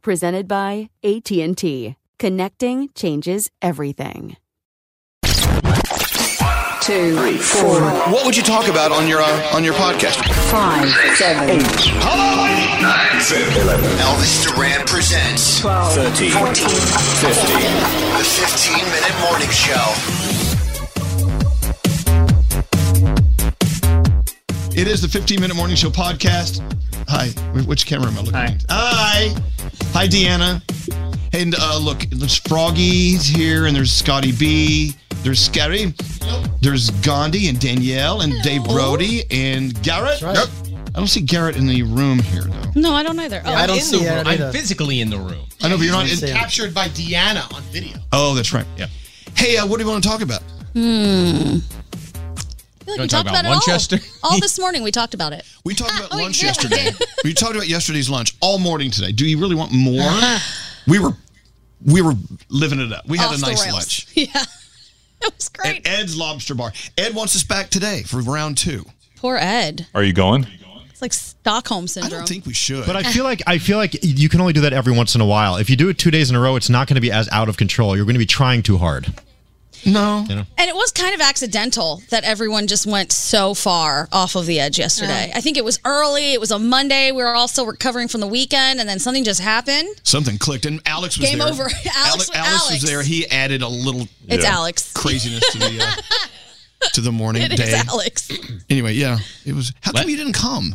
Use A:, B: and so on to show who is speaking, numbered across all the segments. A: presented by AT&T. Connecting changes everything.
B: Two, three, four,
C: What would you talk about on your uh, on your podcast?
B: five, seven, eight,
C: Hello, nine, seven, eleven. Elvis Duran presents
B: twelve,
C: thirteen,
B: fourteen,
C: fifteen. The fifteen-minute morning show. It is the fifteen-minute morning show podcast. Hi, wh- which camera am I looking at? Hi, hi, Deanna. And uh, look, there's Froggy's here, and there's Scotty B. There's Scary. There's Gandhi and Danielle and Dave Brody and Garrett. Yep. I don't see Garrett in the room here though.
D: No, I don't either. Oh,
E: I don't
F: in
E: see
F: the
E: her.
F: room.
E: either.
F: I'm physically in the room.
C: I know, but you're not.
E: He's
C: In,
E: Yeah.
F: Captured by Deanna on video.
C: oh, that's right. Yeah. Hey, uh, what do you want to talk about?
D: I feel like
F: Don't
D: we
F: talk
D: talked
F: about
D: about,
F: Winchester.
D: it all. all this morning we talked about it.
C: We talked about
D: Oh, we
C: lunch
D: did.
C: yesterday. we talked about yesterday's lunch all morning today. Do you really want more? we were we were living it up. We had
D: Off
C: a
D: the
C: nice
D: rails.
C: lunch
D: Yeah. It was
C: at
D: great.
C: Ed's Lobster Bar. Ed wants us back today for round two.
D: Poor Ed.
G: Are you going?
D: It's like Stockholm
C: I
D: syndrome.
C: don't think we should.
H: But I feel like I feel like you can only do that every once in a while. If you do it two days in a row, it's not going to be as out of control. You're going to be trying too hard.
C: no.
D: and it was kind of accidental that everyone just went so far off of the edge yesterday.
C: Uh-huh.
D: I think it was early. It was a Monday. We were all still recovering from the weekend, and then something just happened.
C: Something clicked, and Alex was
D: Game
C: there.
D: over. Alex
C: Alex,
D: was
C: was
D: Alex.
C: there. He added a little
D: It's
G: Yeah.
D: Alex.
C: craziness to the uh, to the morning
D: It is
C: day.
D: Alex.
C: Anyway, yeah, it was. How come
F: What?
C: you didn't come?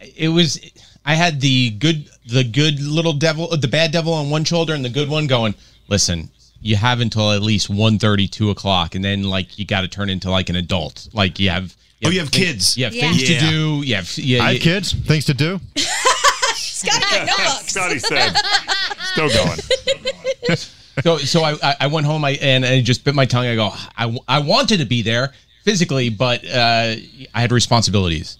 F: It was. I had the good, the good little devil, the bad devil on one shoulder, and the good one going. Listen, you have until at least 1.30, 2 o'clock, and then like you got to turn into like an adult. Like you have.
C: Oh, you have
F: thi-
C: kids.
F: You have
I: Yeah.
F: things
C: Yeah.
F: to do. You have. Yeah.
H: I
F: you-
H: have kids, things to do.
D: Scotty got no books.
G: Scotty said, still going.
F: So so I I- I went home. I and I just bit my tongue. I go. I, w- I wanted to be there physically, but uh, I had responsibilities.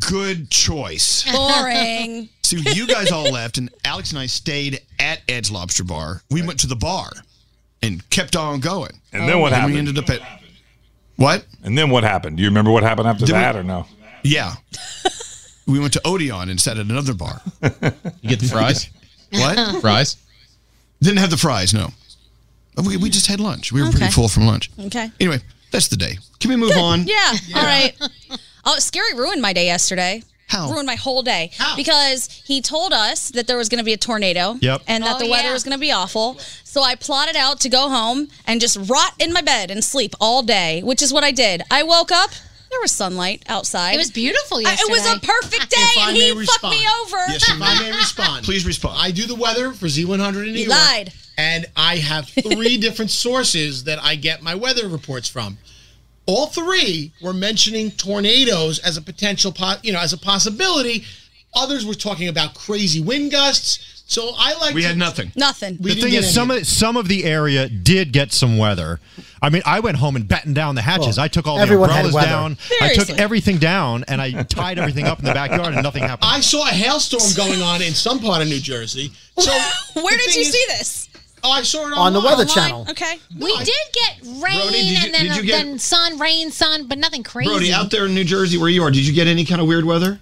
C: Good choice.
D: Boring.
C: So you guys all left, and Alex and I stayed at Ed's Lobster Bar. We went to the bar and kept on going.
G: And then what
C: and we
G: happened?
C: ended up at what?
G: and then what happened? Do you remember what happened after
C: Did we-
G: that or no?
C: Yeah, we went to Odeon and sat at another bar.
F: You get the fries.
C: What?
F: Fries?
C: Didn't have the fries, no. We, we just had lunch. We were
D: Okay.
C: pretty full from lunch.
D: Okay.
C: Anyway, that's the day. Can we move on?
D: Yeah. All right. Oh, Scary ruined my day yesterday.
C: How?
D: Ruined my whole day. Because he told us that there was going to be a tornado.
C: Yep.
D: And that
I: Oh,
D: the weather
I: yeah.
D: was going to be awful. So I plotted out to go home and just rot in my bed and sleep all day, which is what I did. I woke up. There was sunlight outside.
I: It was beautiful
D: I- it was a
I: yesterday.
D: perfect day,
I: If I
D: and
I: may
D: he fucked
I: respond.
D: me over.
J: Yes, if I may respond.
C: Please respond.
J: I do the weather for Z100 in New
D: You
J: York.
D: lied.
J: And I have three different sources that I get my weather reports from. All three were mentioning tornadoes as a potential, po- you know, as a possibility. Others were talking about crazy wind gusts. So I like
C: We
J: to-
C: had nothing.
D: Nothing.
H: the
J: We didn't
H: thing
J: get
H: is,
J: any
H: some of, some of the area did get some weather. I mean, I went home and battened down the hatches.
K: Well,
H: I took all
K: everyone
H: the
K: had
H: umbrellas
K: weather.
H: down. I
J: Seriously.
H: took everything down, and I tied everything up in the backyard, and nothing happened.
J: I saw a hailstorm going on in some part of New Jersey. So
D: Where did you
J: is-
D: see this?
J: Oh, I saw it
K: On the Weather Channel.
D: Okay.
I: We did get rain
C: Brody, did you-
I: and then,
C: did you get-
I: then sun, rain, sun, but nothing crazy.
C: Brody, out there in New Jersey where you are, did you get any kind of weird weather?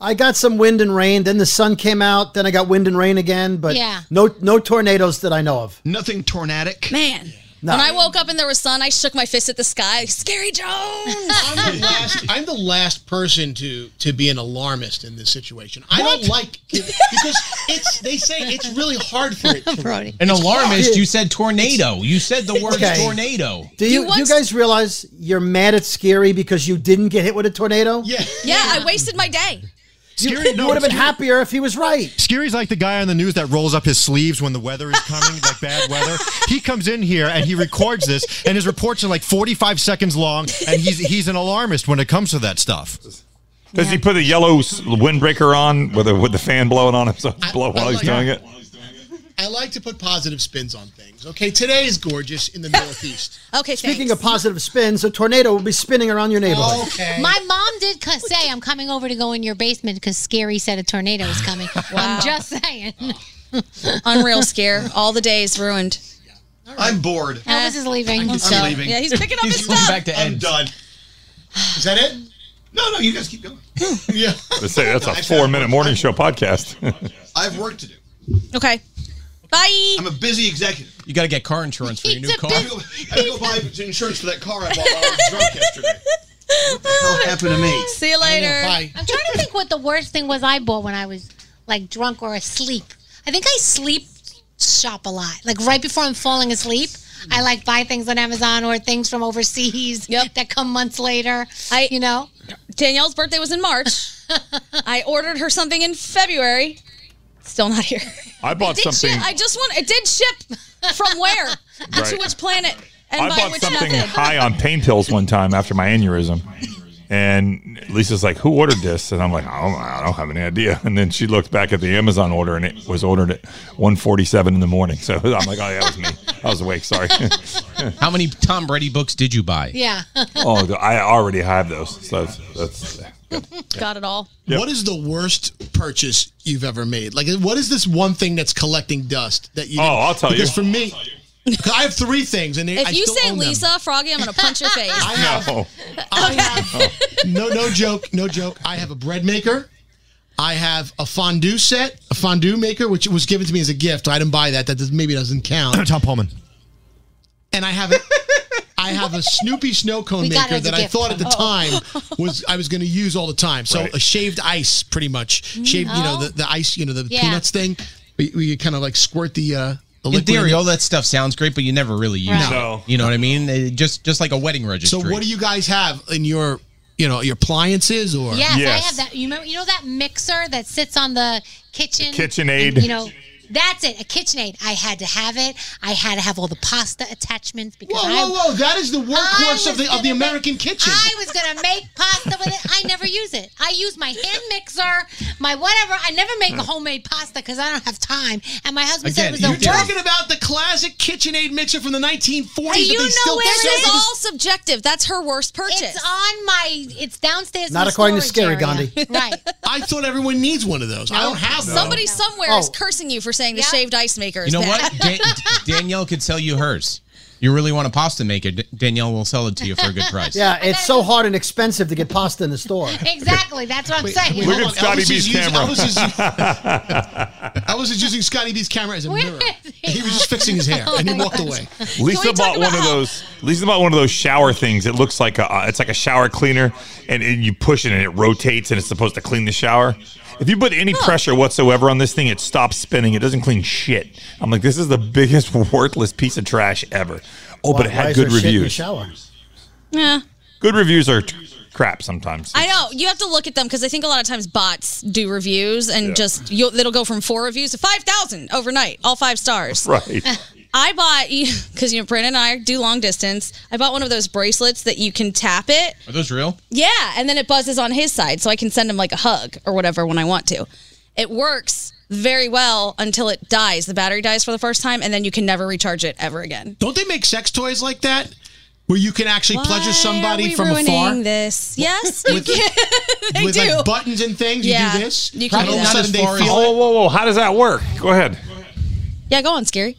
K: I got some wind and rain. Then the sun came out. Then I got wind and rain again. But
D: Yeah.
K: no, no tornadoes that I know of.
C: Nothing tornadic.
D: Man.
K: No.
D: When I woke up and there was sun, I shook my fist at the sky. Scary Jones.
J: last- I'm the last person to to be an alarmist in this situation. I don't like because it's they say it's really hard for it. To,
F: An alarmist, you said tornado. You said the word
K: Okay.
F: tornado.
K: Do you, you guys realize you're mad at Scary because you didn't get hit with a tornado? Yeah.
D: yeah, I wasted my day.
H: Scary,
K: you would have been happier if he was right.
H: Scary's like the guy on the news that rolls up his sleeves when the weather is coming, like bad weather. He comes in here and he records this, and his reports are like 45 seconds long, and he's he's an alarmist when it comes to that stuff.
G: Does he put a yellow s- windbreaker on with a, with the fan blowing on him so it blow Oh, while he's doing it?
J: I like to put positive spins on things. Okay, today is gorgeous in the Northeast.
D: Okay,
K: Speaking of positive spins, a tornado will be spinning around your neighborhood.
J: Okay.
I: My mom did c- say, I'm coming over to go in your basement because Scary said a tornado is coming. I'm just saying.
D: Unreal scare. All the days ruined.
C: I'm bored.
I: Elvis is leaving.
C: I'm
I: So-
C: leaving.
D: Uh, Yeah, he's picking up his
C: going
D: stuff.
C: to I'm done. Is that it? No, no, you guys keep going. yeah.
G: Let's say that's a four minute morning show podcast.
C: I have work to do.
D: Okay. Bye.
C: I'm a busy executive.
F: You got to get car insurance for your new car.
C: I had to go buy insurance for that car I bought while I was drunk yesterday. What the hell happened to me?
D: See you later.
I: I'm trying to think what the worst thing was I bought when I was like drunk or asleep. I think I sleep shop a lot. Like right before I'm falling asleep, I like buy things on Amazon or things from overseas that come months later. I, you know,
D: Danielle's birthday was in March. I ordered her something in February. Still not here.
G: I bought
D: It did
G: something.
D: ship- I just want. It did ship from where and to
G: Right.
D: which planet and
G: I
D: by
G: bought
D: which
G: something
D: method.
G: high on pain pills one time after my aneurysm. And Lisa's like, "Who ordered this?" And I'm like, "I don't, I don't have any idea." And then she looked back at the Amazon order, and it was ordered at 1:47 in the morning. So I'm like, "Oh yeah, that was me. I was awake. Sorry."
F: How many Tom Brady books did you buy?
I: yeah.
G: oh, I already have those. So that's,
D: Got it all.
J: What is the worst purchase you've ever made? Like, what is this one thing that's collecting dust that you?
G: Oh, I'll tell you.
J: because for me, because I have three things, and they-
D: If
J: I
D: you
J: still
D: say
J: own them.
D: Lisa Froggy, I'm gonna punch your face.
G: no.
J: no, no joke, no joke. I have a bread maker. I have a fondue set, a fondue maker, which was given to me as a gift. I didn't buy that. That does, maybe doesn't count.
H: Tom Pullman.
J: And I have a, I have a Snoopy snow cone
I: We got
J: maker
I: it as a
J: that I
I: gift.
J: thought at the
I: Oh.
J: time was I was going to use all the time. So
G: Right.
J: a shaved ice, pretty much
I: Mm.
J: shaved. You know
I: Oh.
J: the, the ice. You know the
I: Yeah.
J: peanuts thing. We, we kind of like squirt the. Uh, the
F: In
J: liquid
F: theory,
J: it.
F: all that stuff sounds great, but you never really use
J: Right.
F: it.
J: No.
F: You know what I mean? It- just just like a wedding registry.
J: So what do you guys have in your you know your appliances or?
I: Yes, I have that. You remember, you know that mixer that sits on the kitchen.
G: KitchenAid.
I: And, You know, that's it. A KitchenAid. I had to have it. I had to have all the pasta attachments because
J: Whoa,
I: I,
J: whoa, whoa! That is the workhorse of the of the American kitchen.
I: I was gonna make pasta with it. I never use it. I use my hand mixer, my whatever. I never make a homemade pasta because I don't have time. And my husband said it was the
J: you're
I: worst.
J: talking about the classic KitchenAid mixer from the 1940s.
D: Do
J: that
D: you
J: they
D: know
J: still
D: where it
J: sell
D: is?
J: to this-
D: All subjective. That's her worst purchase.
I: It's on my. It's downstairs. in
J: Not
I: the
J: according to
I: storage
J: Scary
I: area.
J: Gandhi.
I: Right.
J: I thought everyone needs one of those. I don't have one.
D: Somebody
G: Oh.
D: somewhere is cursing you for saying the shaved ice maker.
F: You
D: is
F: know what?
D: bad.
F: Dan- Danielle could sell you hers. you really want a pasta maker, D- Danielle will sell it to you for a good price.
K: Yeah, it's so hard and expensive to get pasta in the store.
E: Exactly. That's what I'm saying.
F: wait, Look hold at on. Scotty
J: Elvis is
F: B's
J: using-
F: camera.
J: Elvis is, Elvis is using Scotty B's camera as a mirror. He was just fixing his hair, and he walked
D: Oh
J: away.
G: Lisa bought one of those. Lisa bought one of those shower things. It looks like a uh, it's like a shower cleaner, and, and you push it and it rotates, and it's supposed to clean the shower. If you put any pressure whatsoever on this thing, it stops spinning. It doesn't clean shit. I'm like, this is the biggest worthless piece of trash ever. Oh, but it
K: Why
G: had
K: is
G: good
K: there shit in the
G: reviews.
K: shower?
D: Yeah.
G: Good reviews are t- crap sometimes.
D: I know you have to look at them because I think a lot of times bots do reviews and
G: Yeah.
D: just you'll, it'll go from four reviews to five thousand overnight, all five stars.
G: Right.
D: I bought because you know Brandon and I do long distance. I bought one of those bracelets that you can tap it.
F: Are those real?
D: Yeah, and then it buzzes on his side, so I can send him like a hug or whatever when I want to. It works very well until it dies. The battery dies for the first time, and then you can never recharge it ever again.
J: Don't they make sex toys like that, where you can actually pleasure
D: Are
J: somebody
D: we
J: from
D: ruining
J: afar
D: this? Yes, you can. they
J: with
D: do.
J: like buttons and things?
D: Yeah,
J: You do this.
D: you can
J: And all
D: do
J: of a
D: that.
J: sudden they
G: Whoa,
J: feel it.
G: whoa, whoa! How does that work? Go ahead.
D: yeah, go on, scary.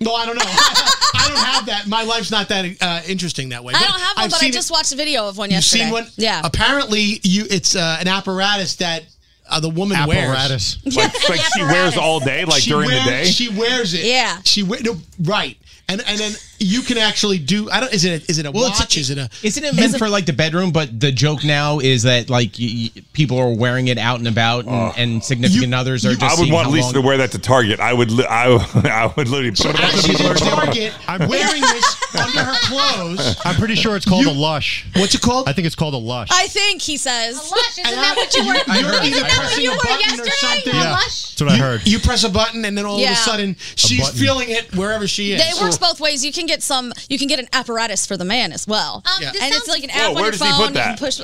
J: No, I don't know. I don't have that. My life's not that uh, interesting that way.
D: I don't have one,
J: I've
D: but I
J: seen
D: just
J: it-
D: watched a video of one
J: You've
D: yesterday.
J: seen one?
D: Yeah.
J: Apparently, you it's uh, an apparatus that uh, the woman
H: Apparatus.
J: wears.
G: Like, like she wears all day, like
J: She
G: during
J: wears-
G: the day.
J: She wears it.
D: Yeah.
J: She wear, no, right. And and then you can actually do. I don't. Is it a, is it a watch? is it a?
F: Isn't it meant for like the bedroom? But the joke now is that like y- y- people are wearing it out and about, and, and significant others are just.
G: I would
F: seeing
G: want
F: how
G: Lisa
F: long-
G: to wear that to Target. I would. Li- I, I would literally.
J: She's in Target wearing this under her clothes.
H: I'm pretty sure it's called a lush.
J: What's it called?
H: I think it's called a lush.
D: I think he says.
E: Lush, isn't that what you were?
H: I heard-
E: Isn't
H: I
E: that
H: heard-
E: what you
J: a
E: were
J: button or
E: yesterday?
J: something.
E: You're
H: Yeah.
E: lush.
H: That's what I heard.
J: You press a button, and then all of
D: Yeah.
J: a sudden she's
H: button.
J: feeling it wherever she is.
D: It works both ways. You can get some. You can get an apparatus for the man as well,
J: Yeah. this
D: and it's
J: sounds-
D: Um, like an
J: Whoa,
D: app on
J: where
D: your
J: does
D: phone.
J: he put
D: You can
J: that?
D: push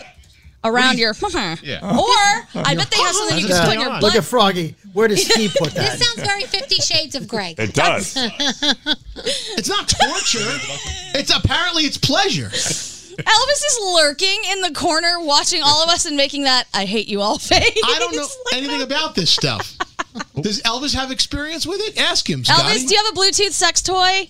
D: around your.
F: Yeah.
D: Or I bet they have something you can just put in your
K: Look
D: butt.
K: at Froggy. Where does he put that?
E: This sounds very Fifty Shades of Grey.
G: It does.
J: It's not torture. it's apparently it's pleasure.
D: Elvis is lurking in the corner, watching all of us and making that "I hate you all" face.
J: I don't know anything about this stuff. Does Elvis have experience with it? Ask him, Scotty.
D: Elvis, do you have a Bluetooth sex toy?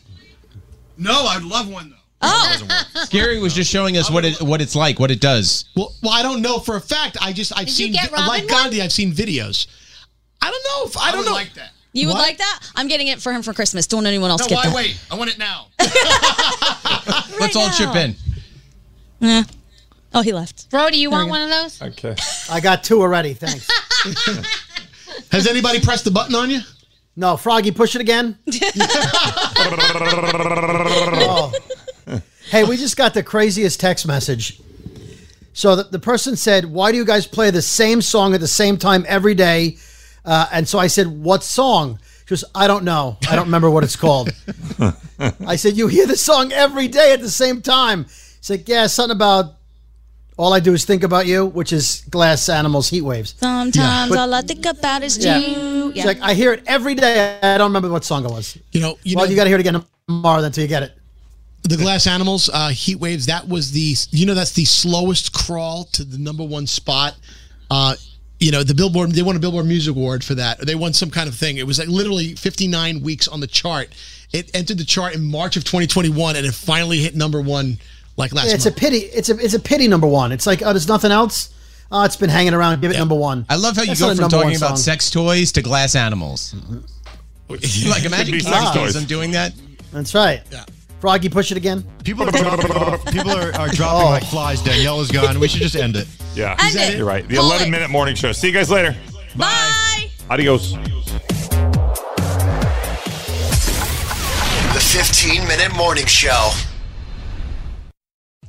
J: no, I'd love one though.
D: Oh,
F: Gary was just showing us what it what it's like, what it does.
J: Well, well, I don't know for a fact. I just I've
D: Did you
J: seen
D: get
J: vi-
D: Robin
J: like Gandhi. I've seen videos. I don't know if I, don't know. like that.
D: you would
J: What?
D: like that? I'm getting it for him for Christmas. Don't anyone else get that?
J: I want it now.
F: Let's all chip in.
D: Yeah. Oh, he left.
E: Brody, you
D: There
E: want
D: we go.
E: one of those?
G: Okay.
K: I got two already. Thanks.
J: Has anybody pressed the button on you?
K: No, Froggy, push it again. Oh. Hey, we just got the craziest text message. So the, the person said, Why do you guys play the same song at the same time every day? Uh, and so I said, What song? She goes, I don't know. I don't remember what it's called. I said, You hear the song every day at the same time. She's like, Yeah, something about All I Do Is Think About You, which is Glass Animals Heat Waves.
D: Sometimes
K: But-
D: all I think about is
K: Yeah.
D: you.
K: She's like, I hear it every day. I don't remember what song it was.
J: You know, you
K: well,
J: know-
K: you got to hear it again tomorrow then until you get it.
J: The Glass Animals, uh, Heat Waves. That was the you know that's the slowest crawl to the number one spot. Uh, you know the Billboard. They won a Billboard Music Award for that. They won some kind of thing. It was like literally 59 weeks on the chart. It entered the chart in March of 2021, and it finally hit number one like last
K: Yeah, it's a
J: month.
K: pity. It's a it's a pity number one. It's like oh, there's nothing else. Oh, it's been hanging around. Give it number one.
F: I love how you
K: That's not
F: go
K: a
F: from
K: number one
F: talking about
K: song.
F: sex toys to glass animals.
H: Mm-hmm.
F: like imagine
G: be
F: kids
G: sex toys.
F: I'm doing that.
K: That's right. Froggy, push it again. Oh.
H: People are dropping off. People are, are dropping like flies. Danielle is gone. We should just end it.
G: Yeah.
D: End it.
G: You're right. The
D: Call
G: 11
D: it.
G: minute morning show. See you guys later.
D: Bye.
G: Adios.
L: The 15 Minute Morning Show.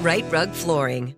M: Right Rug Flooring.